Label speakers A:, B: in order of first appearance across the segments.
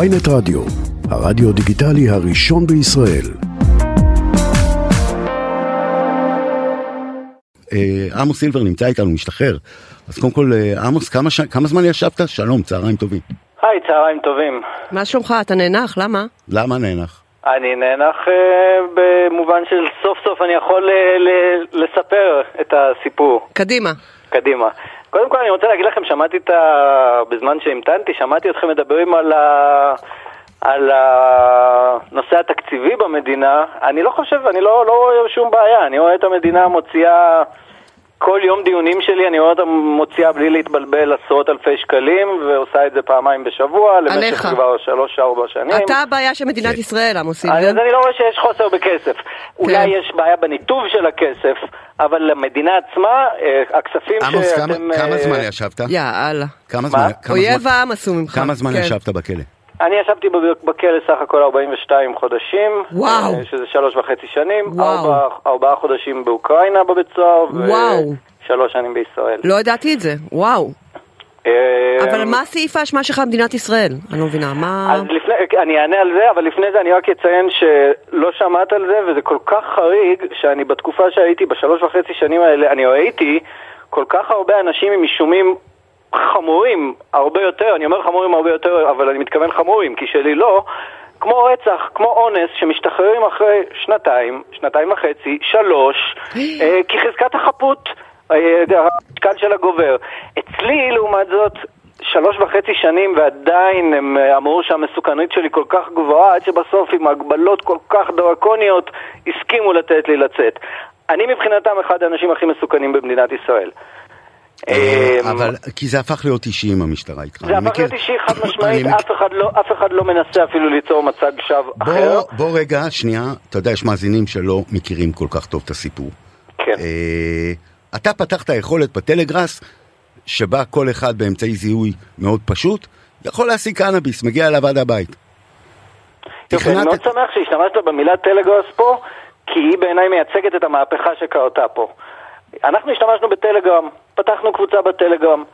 A: ויינט רדיו, הרדיו דיגיטלי הראשון בישראל.
B: אה, עמוס סילבר נמצא איתנו, משתחרר. אז קודם כל, אה, עמוס, כמה, ש... כמה זמן ישבת? שלום, צהריים טובים.
C: היי, צהריים טובים.
D: מה שלומך? אתה נאנח, למה?
B: למה נאנח?
C: אני נאנח אה, במובן של סוף סוף אני יכול אה, ל- לספר את הסיפור.
D: קדימה.
C: קדימה. קודם כל אני רוצה להגיד לכם, שמעתי את ה... בזמן שהמתנתי, שמעתי אתכם מדברים על ה... על הנושא התקציבי במדינה, אני לא חושב, אני לא, לא רואה שום בעיה, אני רואה את המדינה מוציאה כל יום דיונים שלי, אני רואה אותה מוציאה בלי להתבלבל עשרות אלפי שקלים, ועושה את זה פעמיים בשבוע,
D: עליך.
C: למשך כבר שלוש-ארבע שנים.
D: אתה הבעיה של מדינת ישראל, עמוס
C: אז
D: סילבן. כן.
C: אני לא רואה שיש חוסר בכסף. אולי יש בעיה בניתוב של הכסף, אבל למדינה עצמה, אה, הכספים
B: עמוס, כמה,
C: שאתם... אה,
B: כמה זמן ישבת?
D: יאללה.
B: כמה
C: מה?
B: זמן? כמה
D: אויב
B: זמן-
D: העם עשו ממך.
B: כמה זמן
D: כן.
B: ישבת בכלא?
C: אני ישבתי בב- בכלא סך הכל 42 חודשים.
D: וואו.
C: אה, שזה שלוש וחצי שנים.
D: וואו.
C: ארבע- ארבעה חודשים באוקראינה בבית סוהר. ו-
D: וואו.
C: שלוש שנים בישראל.
D: לא ידעתי את זה, וואו.
C: אה,
D: אבל מה סעיף האשמה שלך במדינת ישראל? אני לא מבינה, מה...
C: אז לפני, אני אענה על זה, אבל לפני זה אני רק אציין שלא שמעת על זה, וזה כל כך חריג, שאני בתקופה שהייתי, בשלוש וחצי שנים האלה, אני ראיתי כל כך הרבה אנשים עם אישומים חמורים, הרבה יותר, אני אומר חמורים הרבה יותר, אבל אני מתכוון חמורים, כי שלי לא, כמו רצח, כמו אונס, שמשתחררים אחרי שנתיים, שנתיים וחצי, שלוש, אה, כי חזקת החפות, אה, המשקל שלה גובר. אצלי, לעומת זאת, שלוש וחצי שנים ועדיין הם אה, אמרו שהמסוכנות שלי כל כך גבוהה עד שבסוף עם הגבלות כל כך דרקוניות הסכימו לתת לי לצאת. אני מבחינתם אחד האנשים הכי מסוכנים במדינת ישראל.
B: אה,
C: אה,
B: אבל, כי זה הפך להיות אישי עם המשטרה איתך.
C: זה
B: אני
C: הפך
B: מכיר-
C: להיות אישי חד
B: אני
C: משמעית,
B: מכיר-
C: אף אחד לא- אף אחד לא מנסה אפילו ליצור מצג שווא אחר.
B: בוא, בוא רגע, שנייה, אתה יודע, יש מאזינים שלא מכירים כל כך טוב את הסיפור.
C: כן.
B: אה, אתה פתחת יכולת בטלגראס, שבה כל אחד באמצעי זיהוי מאוד פשוט, יכול להשיג קנאביס, מגיע אליו עד הבית.
C: יופי, אני
B: תכננת-
C: מאוד שמח שהשתמשת במילה טלגראס פה, כי היא בעיניי מייצגת את המהפכה שקרתה פה. אנחנו השתמשנו בטלגרם, פתחנו קבוצה בטלגרם.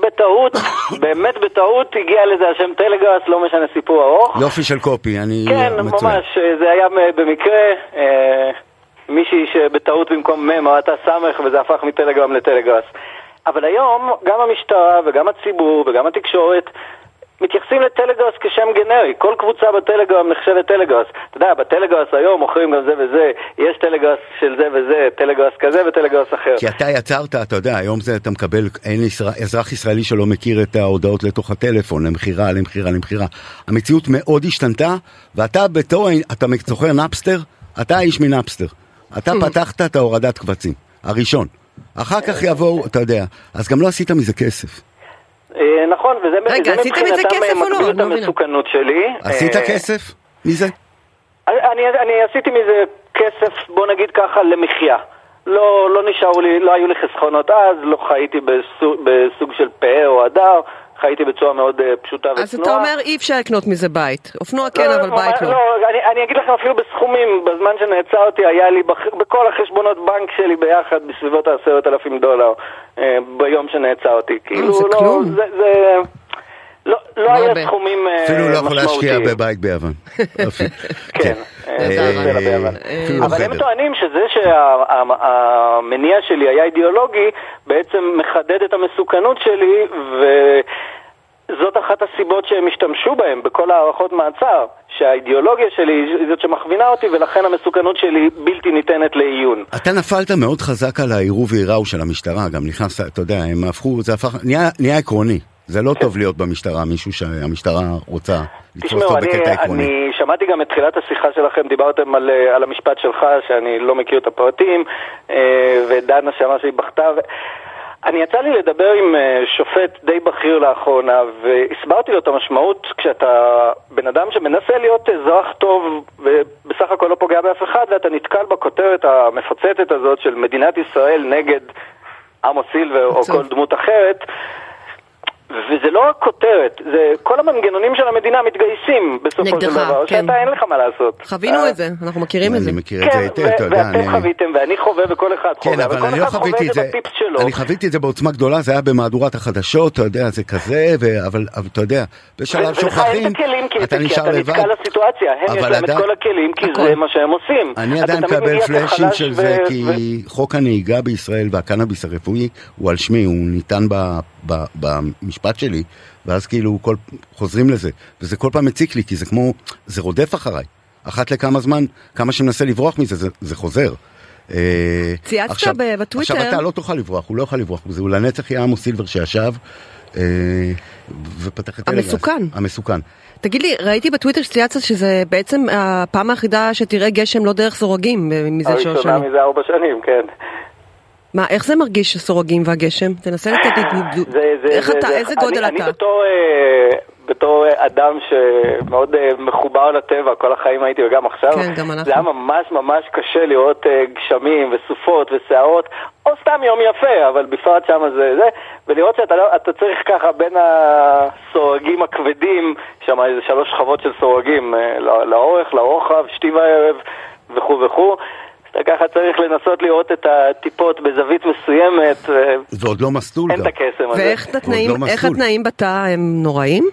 C: בטעות, באמת בטעות, הגיע לזה השם טלגראס, לא משנה סיפור ארוך.
B: יופי של קופי, אני...
C: כן,
B: מצוין.
C: ממש, אה, זה היה אה, במקרה, אה, מישהי שבטעות במקום מ' ראתה ס' וזה הפך מטלגרם לטלגראס. אבל היום גם המשטרה וגם הציבור וגם התקשורת מתייחסים לטלגראס כשם גנרי, כל קבוצה בטלגרם נחשבת טלגראס. אתה יודע, בטלגראס היום מוכרים גם זה וזה, יש טלגראס של זה וזה, טלגראס כזה וטלגראס אחר.
B: כי אתה יצרת, אתה יודע, היום זה אתה מקבל, אין ישראל, אזרח ישראלי שלא מכיר את ההודעות לתוך הטלפון, למכירה, למכירה, למכירה. המציאות מאוד השתנתה, ואתה בתור, אתה זוכר נאפסטר? אתה האיש מנאפסטר. אתה פתחת את ההורדת קבצים, הראשון. אחר כך יבואו, אתה יודע, אז גם לא עשית מזה כסף.
C: אה, נכון, וזה
D: רגע,
C: זה
D: עשיתם את זה
C: מבחינתם,
D: כסף
C: אה,
D: או לא?
C: מגביר
D: אני לא
C: את
D: מבינה.
C: המסוכנות שלי.
B: עשית
C: אה,
B: כסף מזה?
C: אני, אני עשיתי מזה כסף, בוא נגיד ככה, למחיה. לא, לא נשארו לי, לא היו לי חסכונות אז, לא חייתי בסוג, בסוג של פאה או הדר, חייתי בצורה מאוד אה, פשוטה וצנועה.
D: אז אתה אומר אי אפשר לקנות מזה בית. אופנוע כן, אבל
C: ממש-
D: בית לא.
C: לא, אני, אני אגיד לכם אפילו בסכומים, בזמן שנעצרתי היה לי בח, בכל החשבונות בנק שלי ביחד בסביבות העשרת אלפים דולר אה, ביום שנעצרתי. כאילו,
D: אה, זה
C: לא,
D: כלום.
C: זה, זה, לא, לא
D: לא
C: היה
D: הרבה.
C: סכומים אה, משמעותיים.
B: אפילו לא יכול להשקיע בבית ביוון. יופי.
C: כן, אה,
B: אה,
C: בסלע ביוון.
B: אפילו לא
C: אבל הם
B: חדר.
C: טוענים שזה שהמניע שלי היה אידיאולוגי, בעצם מחדד את המסוכנות שלי, וזאת אחת הסיבות שהם השתמשו בהם בכל הערכות מעצר, שהאידיאולוגיה שלי היא זאת שמכווינה אותי, ולכן המסוכנות שלי בלתי ניתנת לעיון.
B: אתה נפלת מאוד חזק על העירוב ועיראו של המשטרה, גם נכנס, אתה יודע, הם הפכו, זה הפך, נהיה, נהיה עקרוני. זה לא טוב להיות במשטרה, מישהו שהמשטרה רוצה לתפוס
C: תשמעו,
B: אותו
C: אני,
B: בקטע עקרוני.
C: אני שמעתי גם את תחילת השיחה שלכם, דיברתם על, אה, על המשפט שלך, שאני לא מכיר את הפרטים, אה, ודנה שאמרה שהיא בכתה. ו- אני יצא לי לדבר עם אה, שופט די בכיר לאחרונה, והסברתי לו את המשמעות כשאתה בן אדם שמנסה להיות אזרח טוב ובסך הכל לא פוגע באף אחד, ואתה נתקל בכותרת המפוצצת הזאת של מדינת ישראל נגד עמוס סילבר או
D: עצוב.
C: כל דמות אחרת. וזה לא רק כותרת, זה כל המנגנונים של המדינה מתגייסים בסופו של
D: נגדך,
C: דבר,
D: כן.
C: שאתה אין לך מה לעשות.
D: חווינו
C: אה,
D: את זה, אנחנו מכירים את זה.
B: אני מכיר את זה
C: כן,
B: היטב, אתה
C: ו-
B: יודע, אני...
C: ואתם חוויתם, ואני חווה, וכל אחד חווה,
B: כן, אבל
C: וכל
B: אני לא
C: אחד חווה
B: חוויתי את זה,
C: בפיפס שלו.
B: אני חוויתי את זה בעוצמה גדולה, זה היה במהדורת החדשות, אתה יודע, זה כזה, ו- אבל אבל אתה יודע, בשלב
C: ו- ולך אין
B: שוכחים,
C: את הכלים את
B: אתה
C: זה, כי
B: נשאר
C: אתה
B: לבד.
C: נתקע לסיטואציה. הם יש
B: אבל
C: להם את
B: עדיין-
C: כל הכלים, כי
D: הכל.
C: זה מה שהם עושים.
B: אני
C: אתה
B: עדיין
C: תמיד
B: מקבל
C: נהיה
B: פלאשים
C: כחלש
B: של
C: ו-
B: זה,
C: ו-
B: כי חוק הנהיגה בישראל והקנאביס הרפואי הוא על שמי, הוא ניתן ב- ב- במשפט שלי, ואז כאילו כל, חוזרים לזה, וזה כל פעם מציק לי, כי זה כמו, זה רודף אחריי. אחת לכמה זמן, כמה שמנסה לברוח מזה, זה, זה חוזר. אה,
D: צייצת
B: עכשיו-
D: ב- בטוויטר.
B: עכשיו אתה לא תוכל לברוח, הוא לא יוכל לברוח מזה, הוא לנצח יהיה עמוס סילבר שישב. אה, ופתח את טלגראס.
D: המסוכן.
B: המסוכן.
D: תגיד לי, ראיתי בטוויטר שצייצת שזה בעצם הפעם היחידה שתראה גשם לא דרך סורגים אה, מזה שלוש
C: הראשונה
D: שנים.
C: מזה ארבע שנים, כן.
D: מה, איך זה מרגיש הסורגים והגשם? תנסה לתת לי דודו.
C: זה, זה,
D: איך
C: זה,
D: אתה,
C: זה,
D: איזה
C: אני-
D: גודל
C: אני
D: אתה?
C: בתור, אה, בתור אה, אדם שמאוד אה, מחובר לטבע, כל החיים הייתי וגם עכשיו,
D: כן, גם אנחנו.
C: זה היה ממש ממש קשה לראות אה, גשמים וסופות וסערות, או סתם יום יפה, אבל בפרט שם זה זה, ולראות שאתה לא, אתה צריך ככה בין הסורגים הכבדים, שם איזה שלוש שכבות של סורגים, אה, לא- לאורך, לרוחב, שתי וערב וכו' וכו'. אז אתה ככה צריך לנסות לראות את הטיפות בזווית מסוימת, אה,
B: ועוד לא מסלול
C: אין
B: גם.
C: את הקסם הזה.
D: ואיך התנאים,
B: לא
D: איך
B: מסלול.
D: התנאים בתא הם נוראים?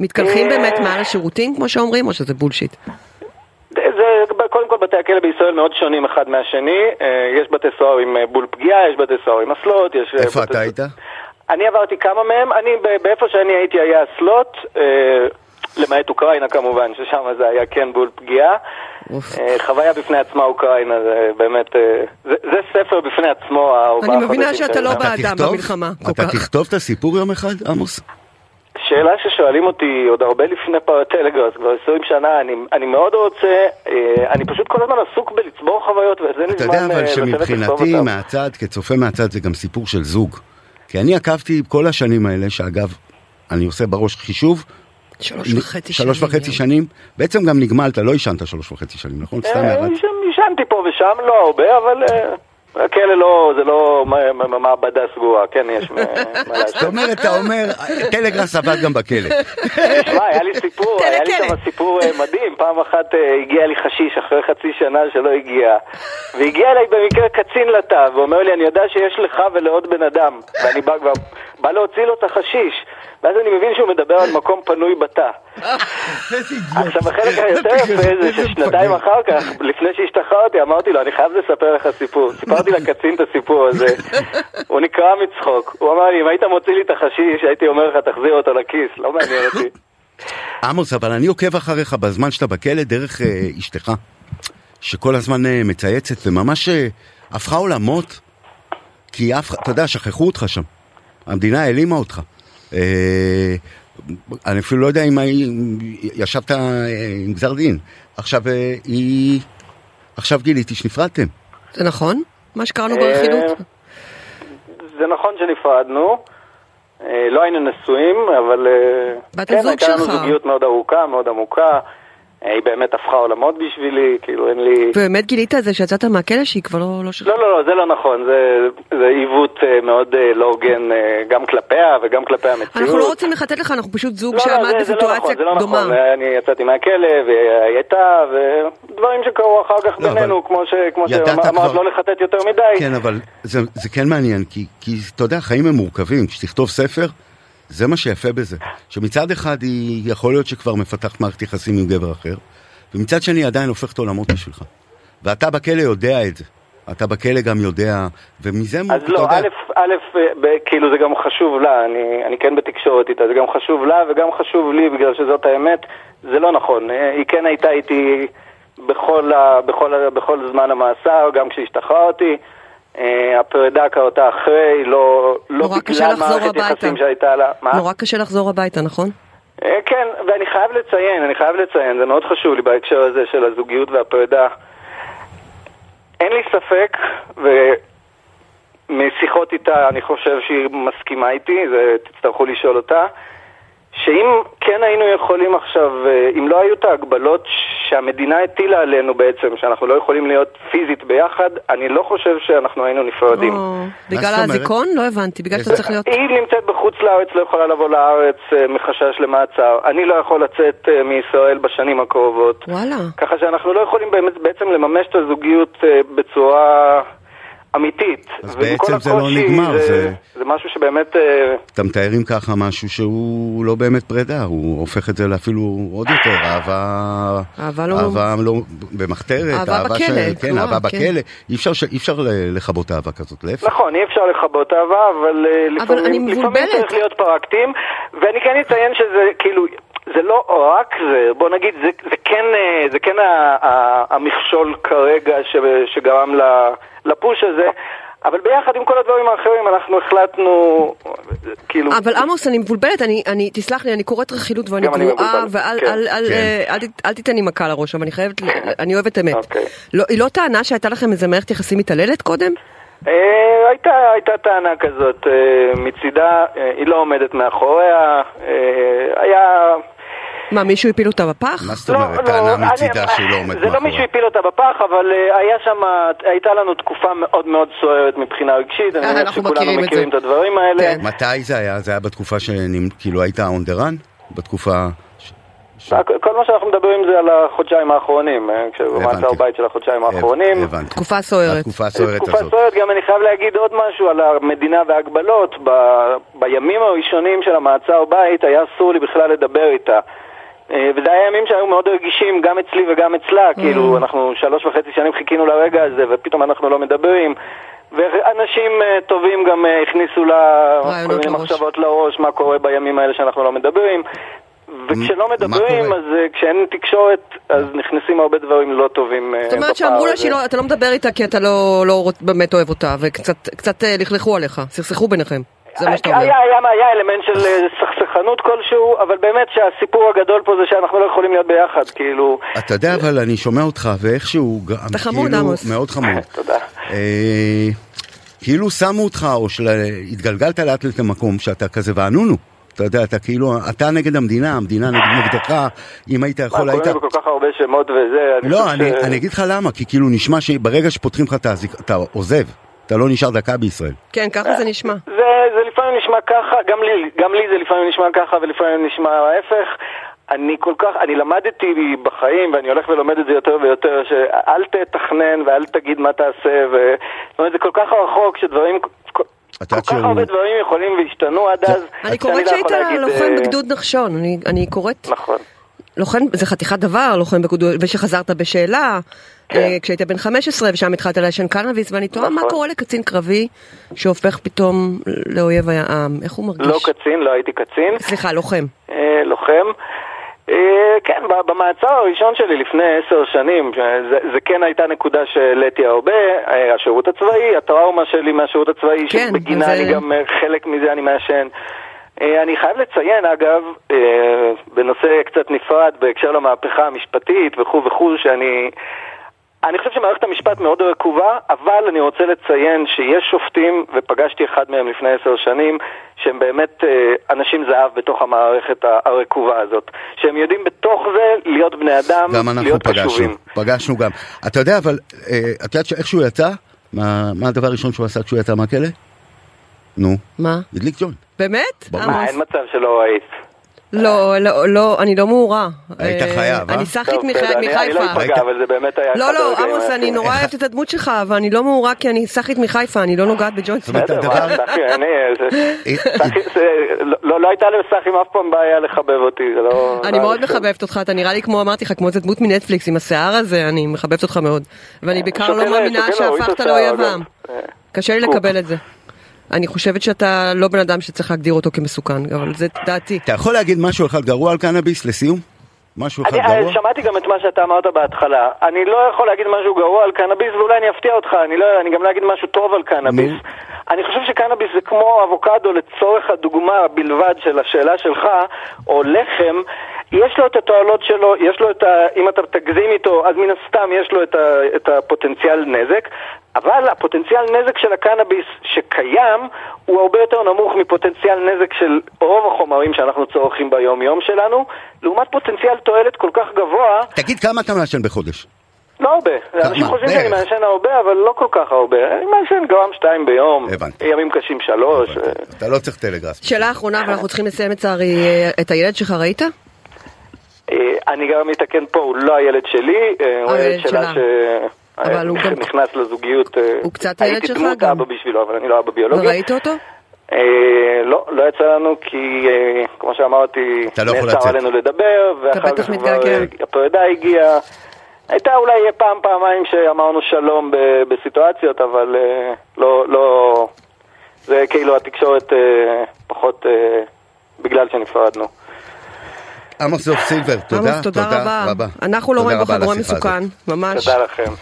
D: מתקלחים
C: אה.
D: באמת מעל השירותים, כמו שאומרים, או שזה בולשיט?
C: זה, קודם כל בתי הכלא בישראל מאוד שונים אחד מהשני, אה, יש בתי סוהר עם אה, בול פגיעה, יש בתי סוהר עם אסלות, יש... אה,
B: איפה
C: בתי-
B: אתה היית?
C: אני עברתי כמה מהם, אני, ב- באיפה שאני הייתי היה אסלות, אה, למעט אוקראינה כמובן, ששם זה היה כן בול פגיעה.
D: אוף.
C: אה, חוויה בפני עצמה אוקראינה, זה באמת, אה, זה, זה ספר בפני עצמו, הארבעה
D: אני מבינה
C: חודשים
D: שאתה
C: שהיו
D: לא
C: שם.
B: אתה
D: באדם
B: תכתוב?
D: במלחמה, כל
B: אתה
D: כך.
B: תכתוב את הסיפור יום אחד, עמוס?
C: שאלה ששואלים אותי עוד הרבה לפני פרטלגרס, כבר 20 שנה, אני, אני מאוד רוצה, אה, אני פשוט כל הזמן עסוק בלצבור חוויות, וזה נזמן
B: אתה יודע
C: אה,
B: אבל
C: לשבת לכתוב
B: שמבחינתי,
C: אותם.
B: מהצד, כצופה מהצד, זה גם סיפור של זוג. כי אני עקבתי כל השנים האלה, שאגב, אני עושה בראש חישוב,
D: שלוש וחצי שנים. כן.
B: שלוש וחצי שנים, בעצם גם נגמלת, לא עישנת שלוש וחצי שנים, נכון? סתם
C: אה,
B: ירדת.
C: שם- ישנתי פה ושם, לא הרבה, אבל אה, הכלא לא, זה לא מ- מ- מ- מעבדה סגורה, כן יש מה מה
B: זאת
C: לעשות.
B: אומרת, אתה אומר, טלגראס עבד גם בכלא.
C: תשמע, היה לי סיפור, היה לי
D: כלא.
C: שם סיפור אה, מדהים, פעם אחת אה, הגיע לי חשיש אחרי חצי שנה שלא הגיע, והגיע אליי במקרה קצין לתא, ואומר לי, אני יודע שיש לך ולעוד בן אדם, ואני בא כבר, בא להוציא לו את החשיש, ואז אני מבין שהוא מדבר על מקום פנוי בתא.
B: איזה אידיוט.
C: עכשיו החלק היותר יפה זה ששנתיים אחר כך, לפני שהשתחררתי, אמרתי לו, אני חייב לספר לך סיפור. סיפרתי לקצין את הסיפור הזה, הוא נקרע מצחוק. הוא אמר לי, אם היית מוציא לי את החשיש, הייתי אומר לך, תחזיר אותו לכיס, לא מעניין אותי.
B: עמוס, אבל אני עוקב אחריך בזמן שאתה בכלא דרך אה, אשתך, שכל הזמן אה, מצייצת וממש אה, הפכה עולמות, כי אף אחד, אתה יודע, שכחו אותך שם. המדינה העלימה אותך. אה, אני אפילו לא יודע אם היא- ישבת אה, עם גזר דין. עכשיו אה, היא... עכשיו גיליתי שנפרדתם.
D: זה נכון? מה שקראנו
C: אה,
D: ברכילות?
C: זה נכון שנפרדנו, אה, לא היינו נשואים, אבל אה,
D: בת
C: כן,
D: הזוג
C: הייתה לנו
D: שלך.
C: זוגיות מאוד ארוכה, מאוד עמוקה. אה, היא באמת הפכה עולמות בשבילי, כאילו אין לי...
D: ובאמת גילית את זה שיצאת מהכלא שהיא כבר לא לא שלך?
C: לא, לא, לא, זה לא נכון, זה, זה עיוות אה, מאוד אה, לא הוגן אה, גם כלפיה וגם כלפי המציאות.
D: אנחנו לא רוצים לחטט לך, אנחנו פשוט זוג
C: לא, לא,
D: שעמד
C: זה- זה לא נכון,
D: בסיטואציה
C: זה לא
D: דומה.
C: נכון, אני יצאתי מהכלא והיא הייתה, ודברים שקרו אחר כך
B: לא,
C: בינינו,
B: אבל
C: כמו ש- כמו
B: ידעת
C: שאמרת,
B: כבר-
C: לא לחטט יותר מדי.
B: כן, אבל זה, זה כן מעניין, כי, כי אתה יודע, החיים הם מורכבים. כשתכתוב ספר, זה מה שיפה בזה. שמצד אחד היא יכול להיות שכבר מפתחת מערכת יחסים עם גבר אחר, ומצד שני היא עדיין הופכת עולמות בשבילך. ואתה בכלא יודע את זה. אתה בכלא גם יודע, ומזה
C: אז
B: מורכב,
C: לא,
B: אתה
C: א',
B: יודע,
C: א', ב- כאילו זה גם חשוב לה, אני, אני כן בתקשורת איתה, זה גם חשוב לה וגם חשוב לי בגלל שזאת האמת, זה לא נכון. אה, היא כן הייתה איתי בכל, ה, בכל, ה, בכל זמן המאסר, גם כשהשתחררתי. אה, הפרידה קרתה אחרי, לא, לא
D: נורא קשה
C: בגלל
D: לחזור
C: מערכת
D: הביתה.
C: יחסים שהייתה לה. מה?
D: נורא קשה לחזור הביתה, נכון?
C: אה, כן, ואני חייב לציין, אני חייב לציין, זה מאוד חשוב לי בהקשר הזה של הזוגיות והפרידה. אין לי ספק, ומשיחות איתה אני חושב שהיא מסכימה איתי, זה תצטרכו לשאול אותה, שאם כן היינו יכולים עכשיו, אה, אם לא היו את ההגבלות שהמדינה הטילה עלינו בעצם, שאנחנו לא יכולים להיות פיזית ביחד, אני לא חושב שאנחנו היינו נפרדים.
D: או, בגלל
B: זאת אומרת?
D: האזיקון? לא הבנתי, בגלל
C: אה,
D: שאתה
B: איזה-
D: צריך להיות...
C: היא נמצאת בחוץ לארץ, לא יכולה לבוא לארץ אה, מחשש למעצר. אני לא יכול לצאת אה, מישראל בשנים הקרובות.
D: וואלה.
C: ככה שאנחנו לא יכולים באמת בעצם לממש את הזוגיות אה, בצורה... אה, אמיתית.
B: אז
C: ועם כל
B: בעצם זה לא
C: הקושי,
B: נגמר, זה-
C: זה... זה משהו שבאמת... אה,
B: אתם מתארים ככה משהו שהוא לא באמת פרידה, הוא הופך את זה לאפילו עוד יותר, אהבה...
D: אהבה לא-
B: אהבה לא... במחתרת,
D: אהבה בכלא,
B: כן,
D: כלומר,
B: אהבה
D: כן.
B: בכלא. אי אפשר, ש... אי אפשר ל- לכבות אהבה כזאת, להפך.
C: נכון, אי אפשר לכבות אהבה, אבל אה,
D: אבל אני
C: לפעמים, לפעמים
D: מבולבלת.
C: צריך להיות פרקטיים, ואני כן אציין שזה כאילו, זה לא רק זה, בוא נגיד, זה, זה כן, אה, זה כן ה, ה, המכשול כרגע ש, שגרם ל- לפוש הזה, אבל ביחד עם כל הדברים האחרים אנחנו החלטנו, אה, כאילו...
D: אבל עמוס, אני מבולבלת, אני, אני, תסלח לי, אני קוראת רכילות ואני
C: גם אני
D: גרועה,
C: מבולבל,
D: ואל
C: כן.
D: אל- אל-
B: כן.
D: אה, אל ת- אל תיתן לי מכה לראש, אבל אני חייבת, ל- אני אוהבת אמת.
C: אוקיי.
D: לא- היא לא טענה שהייתה לכם איזה מערכת יחסים מתעללת קודם?
C: אה, הייתה, הייתה טענה כזאת אה, מצידה, אה, היא לא עומדת מאחוריה, אה, היה...
D: מה, מישהו הפיל אותה בפח?
B: מה זאת אומרת, טענה מצידה
C: לא, אני-
B: שהוא לא עומד
C: זה לא מישהו
B: מאחוריה?
C: הפיל אותה בפח, אבל אה, היה שם, הייתה לנו תקופה מאוד מאוד סוערת מבחינה רגשית, אני
D: אה,
C: מניח
D: אנחנו
C: שכולנו
D: מכירים את
C: מכירים את
D: זה.
C: הדברים האלה.
D: כן.
B: מתי זה היה? זה היה בתקופה שכאילו היית on the run? בתקופה... ש- ש-
C: כל- כל מה שאנחנו מדברים זה על החודשיים האחרונים, אה,
B: הבנתי.
C: כשבמעצר בית של החודשיים האחרונים.
B: הבנתי.
D: תקופה סוערת.
B: התקופה הסוערת
C: תקופה
B: הזאת.
C: סוערת, גם אני חייב להגיד עוד משהו על המדינה וההגבלות. ב- בימים הראשונים של המעצר בית היה אסור לי בכלל לדבר איתה. אה, וזה היה ימים שהיו מאוד רגישים גם אצלי וגם אצלה,
D: Mm.
C: כאילו אנחנו שלוש וחצי שנים חיכינו לרגע הזה ופתאום אנחנו לא מדברים. ואנשים אה, טובים גם אה, הכניסו לה כל
D: רעיונות
C: מיני
D: לראש.
C: מחשבות לראש, מה קורה בימים האלה שאנחנו לא מדברים. וכשלא
B: מה
C: מדברים,
B: קורה?
C: אז אה, כשאין תקשורת, אז נכנסים הרבה דברים לא טובים אה, בפער
D: זאת
C: הזה.
D: אומרת שאמרו לה שאתה לא מדבר איתה כי אתה לא, לא רוצ- באמת אוהב אותה, וקצת קצת, אה, לכלכו עליך, סכסכו ביניכם. זה
C: אה,
D: מה שאתה אומר.
C: היה, היה, היה אלמנט של אה, סכסכנות כלשהו, אבל באמת שהסיפור הגדול פה זה שאנחנו לא יכולים להיות ביחד, כאילו...
B: אתה יודע, אבל אני שומע אותך, ואיכשהו גם,
D: אתה חמוד,
B: כאילו,
D: עמוס.
B: מאוד חמוד.
C: תודה.
B: אה, כאילו שמו אותך, או שהתגלגלת לאט לאט למקום שאתה כזה וענונו. אתה יודע, אתה כאילו, אתה נגד המדינה, המדינה נגד- נגדך, אם היית
C: מה,
B: יכול,
C: קוראים
B: היית...
C: לי בכל כך הרבה שמות וזה, אני
B: לא,
C: חושב
B: אני,
C: ש-
B: אני אגיד לך למה, כי כאילו נשמע שברגע שפותחים לך את האזיק, אתה עוזב, אתה לא נשאר דקה בישראל.
D: כן, ככה זה נשמע.
C: זה, זה לפעמים נשמע ככה, גם לי, גם לי זה לפעמים נשמע ככה ולפעמים נשמע ההפך. אני כל כך, אני למדתי בחיים, ואני הולך ולומד את זה יותר ויותר, שאל תתכנן ואל תגיד מה תעשה, ו... זאת אומרת, זה כל כך רחוק שדברים, כל
B: אתה
C: כל
B: עד
C: כך
B: שהוא-
C: הרבה דברים יכולים והשתנו עד
B: זה-
C: אז,
D: אני
C: שאני
D: קוראת
C: לא
D: שהיית
C: יכול להגיד,
D: לוחם
C: אה,
D: בגדוד נחשון, אני- אני קוראת,
C: נכון.
D: לוחם, זה חתיכת דבר, לוחם בגדוד, ושחזרת בשאלה,
C: כן.
D: אה, כשהיית בן 15 ושם התחלת לעשן קנאביס, ואני תוהה מה
C: נכון.
D: קורה לקצין קרבי שהופך פתאום לאויב העם, איך הוא
C: לא
D: מרגיש?
C: קצין, לא הייתי קצין,
D: סליחה, לוחם.
C: אה, לוחם. אה, כן, ב- במעצר הראשון שלי לפני עשר שנים, אה, זה, זה כן הייתה נקודה שהעליתי הרבה, אה, השירות הצבאי, הטראומה שלי מהשירות הצבאי,
D: כן,
C: שבגינה
D: זה-
C: אני גם אה, חלק מזה אני מעשן. אה, אני חייב לציין, אגב, אה, בנושא קצת נפרד, בהקשר למהפכה המשפטית וכו' וכו', שאני... אני חושב שמערכת המשפט מאוד רקובה, אבל אני רוצה לציין שיש שופטים, ופגשתי אחד מהם לפני עשר שנים, שהם באמת אה, אנשים זהב בתוך המערכת ה- הרקובה הזאת. שהם יודעים בתוך זה להיות בני אדם,
B: גם אנחנו
C: להיות
B: פגשנו,
C: קשובים.
B: פגשנו גם. אתה יודע, אבל, אה, את יודעת שאיך שהוא יצא, מה מה הדבר הראשון שהוא עשה כשהוא יצא מהכלא? נו,
D: מה?
B: הדליק ג'ון.
D: באמת?
B: ברור.
C: מה,
D: עמוס?
C: אה, אין מצב שלא ראית.
D: לא, לא, לא, אני לא מעורה.
B: היית
D: אה,
B: חייב, אה?
D: אני סחית
C: טוב,
D: מח-
C: בסדר, אני- אני לא
D: מחיפה.
B: ראית?
C: אפגע, אבל זה באמת היה...
D: לא,
C: אחד
D: לא,
C: הרגעים
D: עמוס, אני
C: היפים.
D: נורא אוהבת את הדמות שלך, אבל אני לא מעורה כי אני סחית מחיפה, אני לא נוגעת
B: זאת
D: בג'וינטים.
B: אומרת,
C: בסדר,
B: הדבר-
C: מה, צחי, אני... זה-
B: אה,
C: צחי, זה- לא- לא לא הייתה לסחי אף פעם בעיה לחבב אותי, זה לא...
D: אני
C: לא
D: מאוד
C: היה שום-
D: מחבבת אותך, אתה נראה לי כמו, אמרתי לך, כמו איזה דמות מנטפליקס עם השיער הזה, אני מחבבת אותך מאוד. ואני בעיקר
C: שוקל-
D: לא מאמינה
C: שוקל להוריד את
D: שהפכת
C: השיער,
D: לאויב
C: אגב.
D: העם.
C: אה,
D: קשה לי
C: קוק.
D: לקבל את זה. אני חושבת שאתה לא בן אדם שצריך להגדיר אותו כמסוכן, אבל זה דעתי.
B: אתה יכול להגיד משהו אחד גרוע על קנאביס לסיום? משהו אחד
C: אני
B: גרוע?
C: אה, שמעתי גם את מה שאתה אמרת בהתחלה. אני לא יכול להגיד משהו גרוע על קנאביס, ואולי אני אפתיע אותך, אני, לא, אני גם לא אגיד משהו טוב על קנאביס.
B: נו.
C: אני חושב שקנאביס זה כמו אבוקדו לצורך הדוגמה בלבד של השאלה שלך, או לחם, יש לו את התועלות שלו, יש לו את ה... אם אתה תגזים איתו, אז מן הסתם יש לו את, ה, את הפוטנציאל נזק, אבל הפוטנציאל נזק של הקנאביס שקיים, הוא הרבה יותר נמוך מפוטנציאל נזק של רוב החומרים שאנחנו צורכים ביום-יום שלנו, לעומת פוטנציאל תועלת כל כך גבוה,
B: תגיד כמה אתה מעשן בחודש.
C: לא הרבה. אנשים חושבים שאני
B: בערך?
C: מעשן הרבה, אבל לא כל כך הרבה. אני מעשן גרם שתיים ביום,
B: הבנתי.
C: ימים קשים שלוש. אה,
B: אתה לא צריך טלגראס.
D: שאלה אחרונה, ואנחנו צריכים לסיים לצערי, אה, את הילד שלך ראית?
C: אה, אני גם מתקן פה, הוא לא הילד שלי, אה, הוא
D: הילד
C: הילד שלה
D: שלה.
C: ש...
D: אבל הוא גם...
C: נכנס לזוגיות. אה,
D: הוא קצת הילד שלך
C: הייתי דמות
D: גם.
C: אבא בשבילו, אבל אני לא אבא ביולוגי.
D: וראית אותו?
C: אה, לא, לא יצא לנו כי, אה, כמו שאמרתי,
B: אתה לא יכול
C: נאסר
B: לצאת.
C: עלינו לדבר, ואחר
D: בטח
C: כך כבר
D: מתגעגע.
C: אה, הפרידה הגיעה. הייתה אולי פעם, פעמיים שאמרנו שלום ב- בסיטואציות, אבל אה, לא, לא, זה כאילו התקשורת אה, פחות אה, בגלל שנפרדנו.
B: עמוס דוב סילבר, תודה,
D: עמוס, תודה רבה. אנחנו לא
B: תודה
D: רואים
B: רבה
D: בך
B: על
D: גורם
B: השיחה הזאת.
D: מסוכן, ממש.
C: תודה לכם.